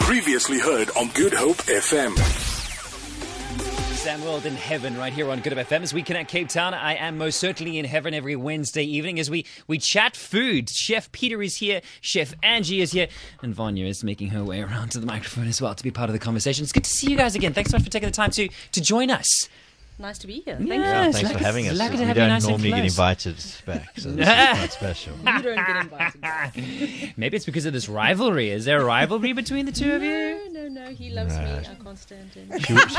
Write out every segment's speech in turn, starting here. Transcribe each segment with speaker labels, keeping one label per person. Speaker 1: Previously heard on Good Hope FM.
Speaker 2: Sam World in Heaven, right here on Good Up FM. As we connect Cape Town, I am most certainly in heaven every Wednesday evening as we, we chat food. Chef Peter is here, Chef Angie is here, and Vanya is making her way around to the microphone as well to be part of the conversation. It's good to see you guys again. Thanks so much for taking the time to, to join us.
Speaker 3: Nice to be here.
Speaker 2: Yeah.
Speaker 3: Thank
Speaker 2: Yes,
Speaker 4: Thanks
Speaker 2: lucky-
Speaker 4: for having us.
Speaker 2: lucky to
Speaker 4: we
Speaker 2: have you
Speaker 4: don't
Speaker 2: nice and
Speaker 4: normally get
Speaker 2: close.
Speaker 4: invited back, so this is quite special.
Speaker 3: you. You don't get invited.
Speaker 2: Maybe it's because of this rivalry. Is there a rivalry between the two of you?
Speaker 3: No, no, no. He loves me.
Speaker 4: Right.
Speaker 3: I can't stand him.
Speaker 4: She would,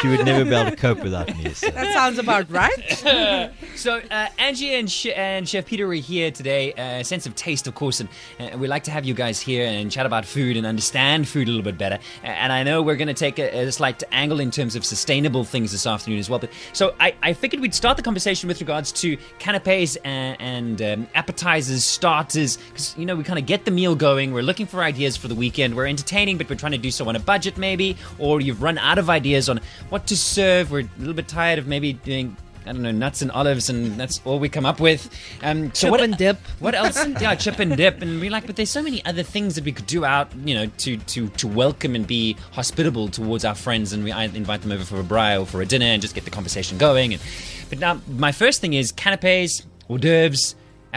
Speaker 4: she would never be able to cope without me. So.
Speaker 5: That sounds about right.
Speaker 2: So, uh, Angie and, Sh- and Chef Peter are here today. Uh, sense of taste, of course, and uh, we like to have you guys here and chat about food and understand food a little bit better. A- And I know we're going to take a, a slight angle in terms of sustainable things this afternoon as well. But so I, I figured we'd start the conversation with regards to canapes and, and um, appetizers, starters, because you know we kind of get the meal going. We're looking for ideas for the weekend. We're entertaining, but we're trying to do so on a budget, maybe, or you've run out of ideas on what to serve. We're a little bit tired of maybe doing I don't know, nuts and olives, and that's all we come up with. Um, so
Speaker 5: Chip
Speaker 2: what,
Speaker 5: and dip.
Speaker 2: What else? yeah, chip and dip, and we like. But there's so many other things that we could do out, you know, to to to welcome and be hospitable towards our friends, and we I invite them over for a braai or for a dinner, and just get the conversation going. And but now my first thing is canapes, hors d'oeuvres,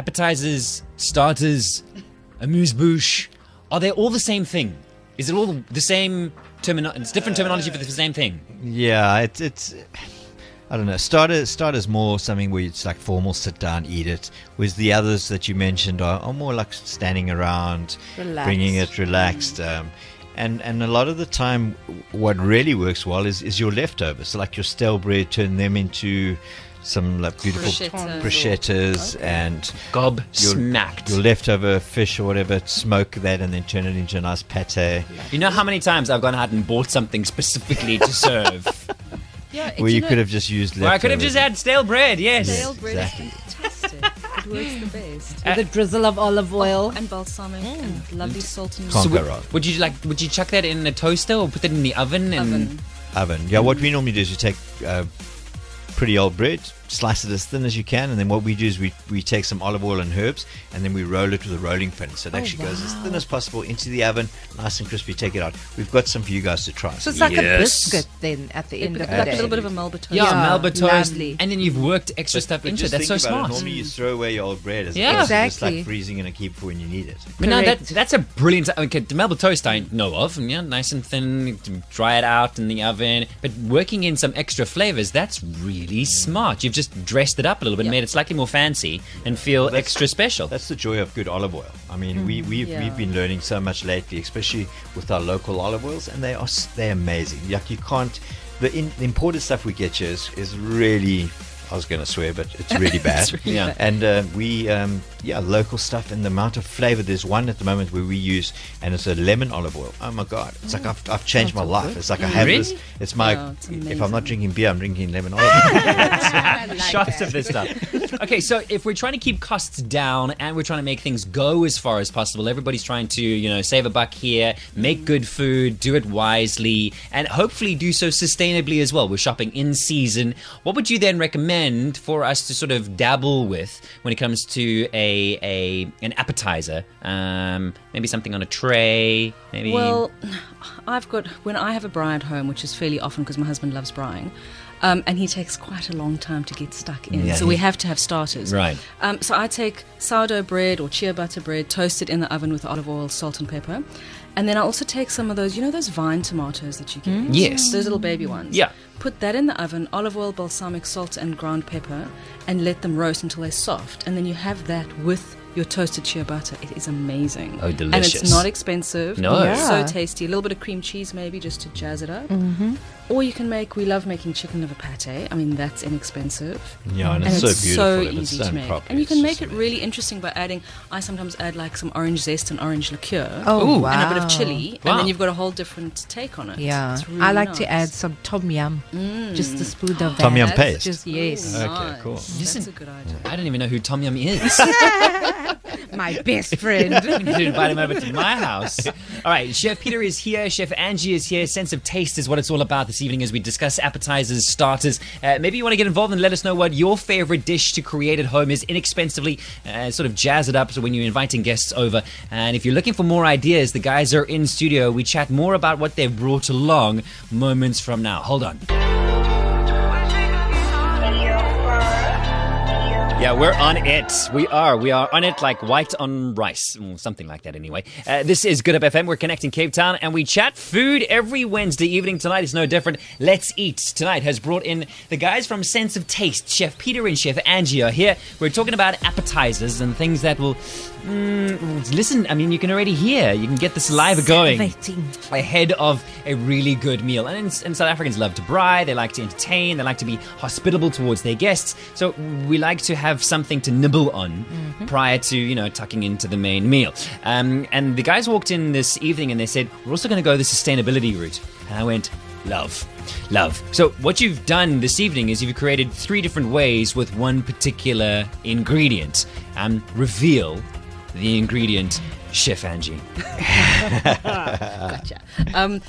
Speaker 2: appetizers, starters, amuse bouche. Are they all the same thing? Is it all the same terminology? It's different terminology for the same thing.
Speaker 4: Yeah, it's it's. I don't know. Starter starter's more something where it's like formal, sit down, eat it. Whereas the others that you mentioned are, are more like standing around, bringing it relaxed. Um, and and a lot of the time, what really works well is is your leftovers, so like your stale bread, turn them into some like beautiful
Speaker 3: Bruschetta.
Speaker 4: bruschettas and
Speaker 2: Gob
Speaker 4: your-
Speaker 2: smacked.
Speaker 4: Your leftover fish or whatever, smoke that and then turn it into a nice pate.
Speaker 2: You know how many times I've gone out and bought something specifically to serve?
Speaker 3: Yeah,
Speaker 4: Where you could have just used
Speaker 2: or
Speaker 4: leftovers.
Speaker 2: I could have just had stale bread, yes.
Speaker 4: Yeah.
Speaker 3: stale bread
Speaker 4: exactly.
Speaker 3: is fantastic. it works the best.
Speaker 5: With a drizzle of olive oil.
Speaker 3: And balsamic and lovely salt and
Speaker 4: Can't
Speaker 2: So
Speaker 4: go
Speaker 2: would,
Speaker 4: wrong.
Speaker 2: would you like? Would you chuck that in a toaster or put it in the oven? And
Speaker 3: oven.
Speaker 4: oven. Yeah, what we normally do is we take uh, pretty old bread, slice it as thin as you can, and then what we do is we, we take some olive oil and herbs, and then we roll it with a rolling pin. So
Speaker 2: Oh,
Speaker 4: it actually goes as thin as possible into the oven, nice and crispy. Take it out. We've got some for you guys to try.
Speaker 5: So it's like a
Speaker 1: Yes.
Speaker 5: biscuit then at the end
Speaker 3: It-
Speaker 5: of the
Speaker 3: like a
Speaker 5: day.
Speaker 3: little bit of a Melba toast.
Speaker 2: yeah,
Speaker 5: Yeah,
Speaker 2: Melba toast,
Speaker 5: lovely.
Speaker 2: and then you've worked extra stuff
Speaker 4: But
Speaker 2: into it.
Speaker 4: just
Speaker 2: That's so
Speaker 4: think about
Speaker 2: smart.
Speaker 4: It. Normally you throw away your old bread as
Speaker 2: Yeah.
Speaker 4: opposed to just like
Speaker 5: Exactly.
Speaker 4: freezing and keep for when you need it.
Speaker 2: But no, that,
Speaker 5: Correct.
Speaker 2: that's a brilliant. Okay, the Melba toast I know of, and, yeah, nice and thin. Dry it out in the oven, but working in some extra flavors. That's really smart. You've just dressed it up a little bit, and
Speaker 3: Yeah.
Speaker 2: made it slightly more fancy, and feel
Speaker 4: that's-
Speaker 2: extra special.
Speaker 4: That's the joy of good olive oil. I mean, we, we've,
Speaker 3: yeah.
Speaker 4: we've been learning so much lately, especially with our local olive oils, and they are s- they're amazing. Like you can't, the, in, the imported stuff we get here is, is really, I was going to swear, but it's really bad.
Speaker 2: really Yeah. bad.
Speaker 4: And uh, we, um, yeah, local stuff and the amount of flavor. There's one at the moment where we use, and it's a lemon olive oil. Oh my God. It's like I've, I've changed my life. It's like I have this.
Speaker 2: Really?
Speaker 4: It's my,
Speaker 3: Yeah, it's
Speaker 4: if I'm
Speaker 3: amazing.
Speaker 4: not drinking beer, I'm drinking lemon olive oil.
Speaker 2: shots of this stuff. Okay, so if we're trying to keep costs down and we're trying to make things go as far as possible, everybody's trying to, you know, save a buck here, make good food, do it wisely, and hopefully do so sustainably as well. We're shopping in season. What would you then recommend for us to sort of dabble with when it comes to a, a an appetizer? Um, maybe something on a tray, maybe
Speaker 3: Well, I've got when I have a braai at home, which is fairly often because my husband loves braaiing, um, and he takes quite a long time to get stuck in.
Speaker 4: Yeah,
Speaker 3: so
Speaker 4: he-
Speaker 3: we have to have starters.
Speaker 2: Right.
Speaker 3: Um, so I take sourdough bread or chia butter bread, toast it in the oven with olive oil, salt, and pepper, and then I also take some of those. You know those vine tomatoes that you get.
Speaker 2: Mm. Yes.
Speaker 3: Those little baby ones.
Speaker 2: Yeah.
Speaker 3: Put that in the oven, olive oil, balsamic salt, and ground pepper, and let them roast until they're soft. And then you have that with your toasted chia butter. It is amazing.
Speaker 2: Oh,
Speaker 3: And
Speaker 2: delicious.
Speaker 3: it's not expensive.
Speaker 2: No.
Speaker 3: It's
Speaker 5: Yeah.
Speaker 3: So tasty. A little bit of cream cheese, maybe, just to jazz it up. Mm-hmm. Or you can make, we love making chicken liver pate. I mean, that's inexpensive.
Speaker 4: Yeah, and it's so beautiful if it's
Speaker 3: easy to
Speaker 4: done
Speaker 3: make.
Speaker 4: properly.
Speaker 3: And you
Speaker 4: It's
Speaker 3: can
Speaker 4: just
Speaker 3: make it
Speaker 4: amazing.
Speaker 3: really interesting by adding, I sometimes add like some orange zest and orange liqueur.
Speaker 5: Oh,
Speaker 3: And
Speaker 5: wow.
Speaker 3: a bit of chili,
Speaker 2: Wow.
Speaker 3: and then you've got a whole different take on it.
Speaker 5: Yeah.
Speaker 3: It's really
Speaker 5: I like to
Speaker 3: nice. Mm. Oh,
Speaker 5: add some tom yum. Just a spoon of that.
Speaker 4: Tom yum
Speaker 5: That's
Speaker 4: paste.
Speaker 5: Just, yes.
Speaker 4: Okay, cool.
Speaker 3: That's
Speaker 2: Listen-
Speaker 3: a good idea.
Speaker 2: I don't even know who Tom Yum is.
Speaker 3: Mm.
Speaker 5: my best friend.
Speaker 2: to invite him over to my house. All right, Chef Peter is here. Chef Angie is here. Sense of taste is what it's all about this evening as we discuss appetizers, starters. Uh, maybe you want to get involved and let us know what your favorite dish to create at home is inexpensively. Uh, sort of jazz it up so when you're inviting guests over. And if you're looking for more ideas, the guys are in studio. We chat more about what they've brought along moments from now. Hold on. Yeah, we're on it. We are. We are on it like white on rice, or something like that, anyway. Uh, this is Good Up FM. We're connecting Cape Town and we chat food every Wednesday evening. Tonight is no different. Let's Eat tonight has brought in the guys from Sense of Taste. Chef Peter and Chef Angie are here. We're talking about appetizers and things that will. Mm, listen, I mean, you can already hear. You can get the saliva going
Speaker 5: Salivating.
Speaker 2: ahead of a really good meal. And, and South Africans love to braai, they like to entertain, they like to be hospitable towards their guests. So we like to have something to nibble on prior to, you know, tucking into the main meal. Um, and the guys walked in this evening and they said, We're also going to go the sustainability route. And I went, Love. Love. So, what you've done this evening is you've created three different ways with one particular ingredient. Um, reveal the ingredient, Chef Angie.
Speaker 3: Gotcha. Um,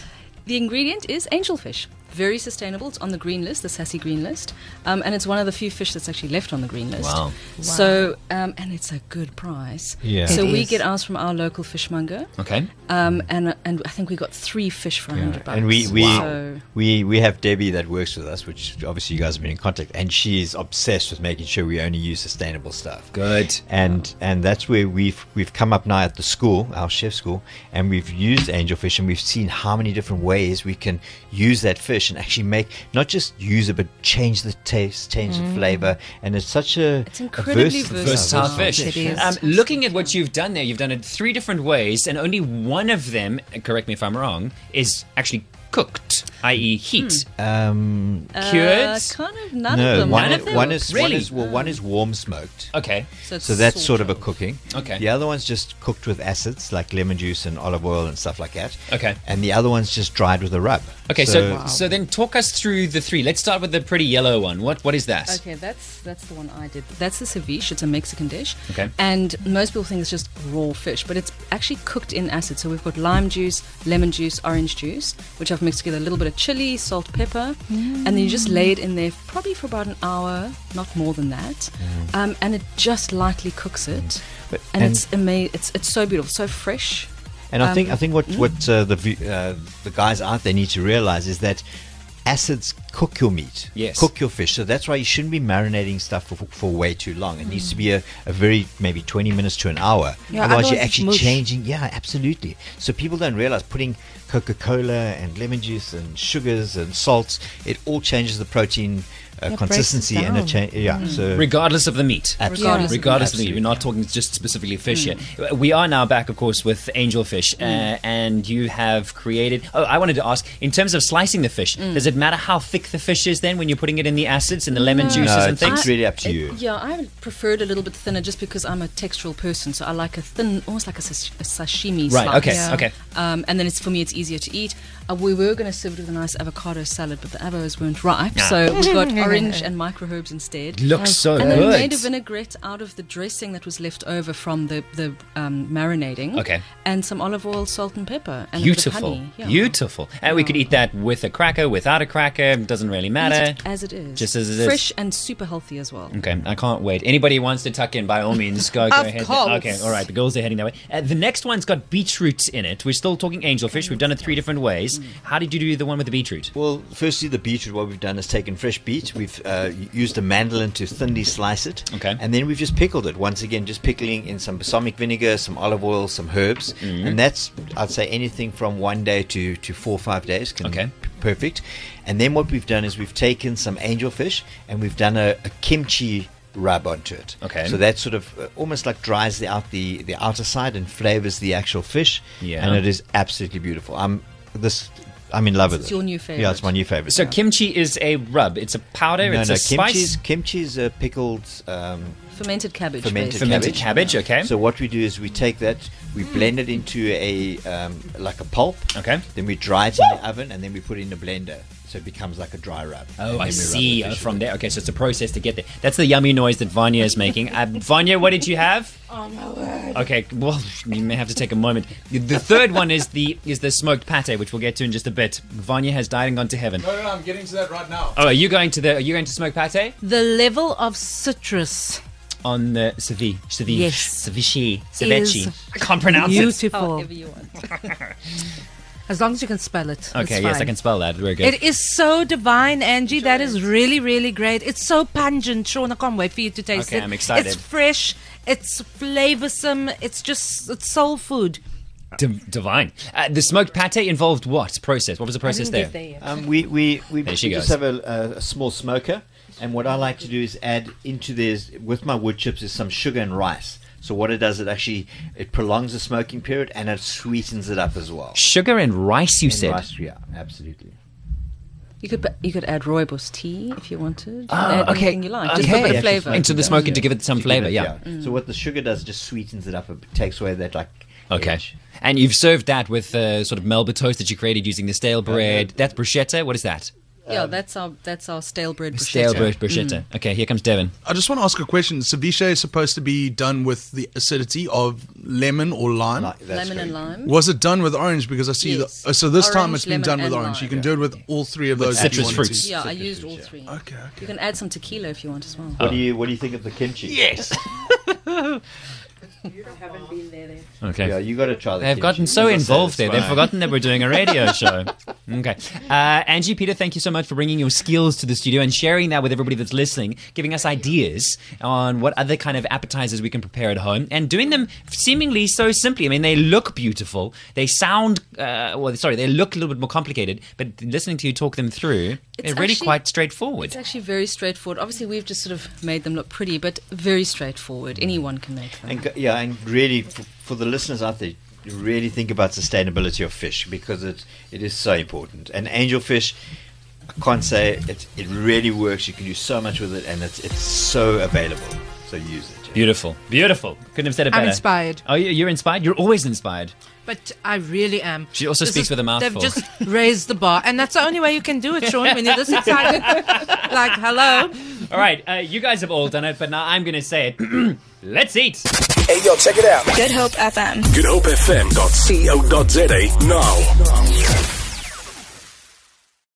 Speaker 3: the ingredient is angelfish. Very sustainable. It's on the green list, the sassy green list, um, and it's one of the few fish that's actually left on the green list.
Speaker 2: Wow.
Speaker 3: So, um, and it's a good price.
Speaker 4: Yeah.
Speaker 3: So
Speaker 5: It
Speaker 3: we
Speaker 5: is.
Speaker 3: get ours from our local fishmonger,
Speaker 2: Okay.
Speaker 3: um, and and I think we got three fish for a hundred bucks.
Speaker 4: And we we,
Speaker 3: So,
Speaker 4: we we have Debbie that works with us, which obviously you guys have been in contact, and she's obsessed with making sure we only use sustainable stuff.
Speaker 2: Good.
Speaker 4: And and that's where we've we've come up now at the school, our chef school, and we've used angelfish, and we've seen how many different ways we can use that fish and actually make not just use it, but change the taste, change the flavor, and it's such a
Speaker 3: Mm. It's incredibly
Speaker 4: a
Speaker 3: versatile.
Speaker 2: versatile
Speaker 3: Oh,
Speaker 2: fish.
Speaker 5: it is.
Speaker 2: Um, looking at what you've done there, you've done it three different ways, and only one of them, uh, correct me if I'm wrong, is actually cooked, i.e., heat.
Speaker 4: Um,
Speaker 2: Cured?
Speaker 3: Uh, kind of none of
Speaker 4: no,
Speaker 3: them.
Speaker 4: one,
Speaker 2: None of
Speaker 4: is,
Speaker 2: them
Speaker 4: one
Speaker 2: were
Speaker 4: is one
Speaker 2: Really? Oh,
Speaker 4: is well, one is warm smoked.
Speaker 2: okay.
Speaker 3: So, it's
Speaker 4: So that's
Speaker 3: salt.
Speaker 4: sort of a cooking.
Speaker 2: Okay.
Speaker 4: The other one's just cooked with acids like lemon juice and olive oil and stuff like that.
Speaker 2: Okay.
Speaker 4: And the other one's just dried with a rub.
Speaker 2: Okay, so so, then talk us through the three. Let's start with the pretty yellow one. What what is that?
Speaker 3: Okay, that's that's the one I did. That's the ceviche. It's a Mexican dish.
Speaker 2: Okay.
Speaker 3: And most people think it's just raw fish, but it's actually cooked in acid. So we've got lime juice, lemon juice, orange juice, which I've mixed together a little bit of chili, salt, pepper, and then you just lay it in there probably for about an hour, not more than that. Um, and it just lightly cooks it,
Speaker 4: But-
Speaker 3: and,
Speaker 4: and-
Speaker 3: it's amazing. It's it's so beautiful, so fresh.
Speaker 4: And I
Speaker 3: Um,
Speaker 4: think I think
Speaker 5: mm.
Speaker 4: what what uh, the vi- uh, the guys out there need to realize is that acids cook your meat,
Speaker 2: Yes.
Speaker 4: cook your fish. So that's why you shouldn't be marinating stuff for, for way too long. It needs to be a, a very maybe twenty minutes to an hour.
Speaker 5: Yeah,
Speaker 4: otherwise,
Speaker 5: otherwise
Speaker 4: you're
Speaker 5: it's
Speaker 4: actually
Speaker 5: mush.
Speaker 4: changing. Yeah, absolutely. So people don't realize putting Coca Cola and lemon juice and sugars and salts. It all changes the protein uh,
Speaker 5: breaks it
Speaker 4: consistency and it
Speaker 5: down. Mm.
Speaker 4: change. Yeah. So
Speaker 2: Regardless of the meat.
Speaker 4: Absolutely.
Speaker 3: Regardless of the
Speaker 2: Regardless of the meat. We're not talking just specifically fish here. We are now back, of course, with
Speaker 3: Mm.
Speaker 2: angelfish, uh, and you have created. Oh, I wanted to ask in terms of slicing the fish,
Speaker 3: Mm.
Speaker 2: does it matter how thick the fish is then when you're putting it in the acids and the lemon juices and
Speaker 4: No, it's-
Speaker 2: things?
Speaker 4: it's really up to
Speaker 3: It-
Speaker 4: you.
Speaker 3: Eh, yeah, I preferred a little bit thinner just because I'm a textural person, so I like a thin, almost like a, sash- a sashimi.
Speaker 2: Right.
Speaker 3: slice.
Speaker 2: Okay.
Speaker 5: Yeah.
Speaker 2: Okay.
Speaker 3: Um, and then it's for me, it's easier to eat. Uh, we were going to serve it with a nice avocado salad, but the avos weren't ripe,
Speaker 2: Ah.
Speaker 3: so we got orange and micro herbs instead.
Speaker 2: Looks so
Speaker 3: and then we made a
Speaker 2: good.
Speaker 3: vinaigrette out of the dressing that was left over from the the um, marinating.
Speaker 2: Okay.
Speaker 3: And some olive oil, salt, and pepper. And a bit of
Speaker 2: Beautiful,
Speaker 3: honey. Yeah.
Speaker 2: beautiful, and we could eat that with a cracker, without a cracker. It doesn't really matter.
Speaker 3: Eat it as it is.
Speaker 2: Just as it is.
Speaker 3: Fresh and super healthy as well.
Speaker 2: Okay, I can't wait. Anybody who wants to tuck in, by all means, go, go
Speaker 5: Of
Speaker 2: ahead.
Speaker 5: course.
Speaker 2: Okay, all right. The girls are heading that way. Uh, the next one's got beetroot in it. We're still talking angelfish. We've done it three different ways. How did you do the one with the beetroot?
Speaker 4: Well, firstly, the beetroot. What we've done is taken fresh beet. We've uh, used a mandolin to thinly slice it.
Speaker 2: Okay.
Speaker 4: And then we've just pickled it once again, just pickling in some balsamic vinegar, some olive oil, some herbs,
Speaker 2: Mm-hmm.
Speaker 4: and that's I'd say anything from one day to to four or five days. Can
Speaker 2: Okay.
Speaker 4: p- Perfect. And then what we've done is we've taken some angelfish and we've done a, a kimchi rub onto it.
Speaker 2: Okay.
Speaker 4: So that sort of uh, almost like dries the out the the outer side and flavors the actual fish.
Speaker 2: Yeah.
Speaker 4: And it is absolutely beautiful. I'm this. I'm in love with
Speaker 3: It's
Speaker 4: it.
Speaker 3: your new
Speaker 4: Yeah, it's
Speaker 3: favorite.
Speaker 4: my new favorite.
Speaker 2: So kimchi is a rub. It's a powder.
Speaker 4: no,
Speaker 2: it's
Speaker 4: no,
Speaker 2: a
Speaker 4: kimchi's
Speaker 2: spice.
Speaker 4: kimchi's uh, pickled um,
Speaker 3: Fermented cabbage.
Speaker 4: Fermented
Speaker 3: basically.
Speaker 2: Fermented cabbage, okay.
Speaker 4: So what we do is we take that, we blend it into a um, like a pulp.
Speaker 2: Okay.
Speaker 4: Then we dry it in the oven, and then we put it in the blender, so it becomes like a dry rub.
Speaker 2: Oh, I
Speaker 4: And then we rub the
Speaker 2: see.
Speaker 4: fish
Speaker 2: Oh,
Speaker 4: with
Speaker 2: from
Speaker 4: it.
Speaker 2: there. Okay, so it's a process to get there. That's the yummy noise that Vanya is making. Uh, Vanya, what did you have?
Speaker 6: Oh my word.
Speaker 2: Okay, well, you may have to take a moment. The- The third one is the is the smoked pate, which we'll get to in just a bit. Vanya has died and gone to heaven.
Speaker 7: No, no, no, I'm getting to that right now.
Speaker 2: Oh, are you going to the? Are you going to smoke pate
Speaker 5: The level of citrus
Speaker 2: on the ceviche? Ceviche.
Speaker 5: Yes.
Speaker 2: Ceviche.
Speaker 5: Is
Speaker 2: Ceviche. I can't pronounce it.
Speaker 5: beautiful.
Speaker 3: However you want.
Speaker 5: As long as you can spell it. it's
Speaker 2: Okay, yes, I
Speaker 5: fine.
Speaker 2: can spell that. Very good.
Speaker 5: It is so divine, Angie. That is really, really great. It's so pungent, Sean. I can't wait for you to taste
Speaker 2: Okay,
Speaker 5: it.
Speaker 2: I'm excited.
Speaker 5: It's fresh. It's flavorsome. It's just it's soul food.
Speaker 2: Div- divine. Uh, the smoked pate involved what process? What was the process there?
Speaker 4: Um, we we, we,
Speaker 2: There
Speaker 4: we
Speaker 2: she
Speaker 4: just
Speaker 2: goes.
Speaker 4: have a, a, a small smoker, and what I like to do is add into this with my wood chips is some sugar and rice. So what it does, it actually it prolongs the smoking period and it sweetens it up as well.
Speaker 2: Sugar and rice, you
Speaker 4: And
Speaker 2: said.
Speaker 4: rice, yeah, absolutely.
Speaker 3: You could put- you could add rooibos tea if you wanted.
Speaker 2: Ah,
Speaker 3: add
Speaker 2: okay.
Speaker 3: anything you like. Just
Speaker 2: Okay.
Speaker 3: a bit
Speaker 2: Yeah,
Speaker 3: of
Speaker 2: just
Speaker 3: flavor.
Speaker 2: Into the smoking to give it some
Speaker 4: To give
Speaker 2: flavor,
Speaker 4: it-
Speaker 2: yeah.
Speaker 4: So what the sugar does it just sweetens it up. It takes away that like.
Speaker 2: Okay.
Speaker 4: edge.
Speaker 2: And you've served that with uh, sort of Melba toast that you created using the
Speaker 4: Uh,
Speaker 2: stale bread. That's bruschetta. What is that?
Speaker 3: yeah, that's our that's our stale bread.
Speaker 2: Stale
Speaker 3: bruschetta.
Speaker 2: bread bruschetta.
Speaker 5: Mm.
Speaker 2: Okay, here comes Devin.
Speaker 7: I just want to ask a question. Ceviche is supposed to be done with the acidity of lemon or lime.
Speaker 4: Like, that's
Speaker 3: lemon and
Speaker 4: very-
Speaker 3: lime.
Speaker 7: Was it done with orange? Because I see
Speaker 3: Yes.
Speaker 7: the. oh, so this time
Speaker 3: Orange,
Speaker 7: it's been
Speaker 3: lemon,
Speaker 7: done with
Speaker 3: and
Speaker 7: orange. You
Speaker 3: lime.
Speaker 7: can do it with all three of those. if
Speaker 2: citrus
Speaker 7: you wanted
Speaker 2: fruits.
Speaker 7: to.
Speaker 3: Yeah, I
Speaker 4: Citrus
Speaker 3: used
Speaker 4: fruit,
Speaker 3: all
Speaker 4: yeah.
Speaker 3: three.
Speaker 7: Okay, okay.
Speaker 3: You can add some tequila if you want as well.
Speaker 2: Oh.
Speaker 4: What do you what do you think of the kimchi? Yes.
Speaker 6: haven't been there yet.
Speaker 2: Okay.
Speaker 4: Yeah, you got to try the.
Speaker 2: They've
Speaker 4: kimchi.
Speaker 2: gotten so
Speaker 4: As I said,
Speaker 2: involved
Speaker 4: it's
Speaker 2: there, they've
Speaker 4: fine.
Speaker 2: forgotten that we're doing a radio show. Okay. Uh, Angie, Peter, thank you so much for bringing your skills to the studio and sharing that with everybody that's listening, giving us ideas on what other kind of appetizers we can prepare at home and doing them seemingly so simply. I mean, they look beautiful, they sound, uh, well, sorry, they look a little bit more complicated, but listening to you talk them through,
Speaker 3: It's
Speaker 2: they're really
Speaker 3: actually-
Speaker 2: quite straightforward.
Speaker 3: It's actually very straightforward. Obviously, we've just sort of made them look pretty, but very straightforward. Anyone can make them.
Speaker 4: And go- yeah, and really for, for the listeners out there, you really think about sustainability of fish because it it is so important. And angelfish, I can't say it it really works. You can do so much with it, and it's it's so available. So use it. yeah.
Speaker 2: Beautiful, beautiful. Couldn't have said it better.
Speaker 5: I'm inspired.
Speaker 2: Oh, you- you're inspired? You're always inspired.
Speaker 5: But I really am.
Speaker 2: She also speaks with a mouthful.
Speaker 5: They've just raised the bar, and that's the only way you can do it, Sean. When you're this excited, like hello.
Speaker 2: All right, uh, you guys have all done it, but now I'm going to say it. Let's eat.
Speaker 1: Hey, yo, check it out.
Speaker 6: Good Hope FM.
Speaker 1: GoodHopeFM.co.za now.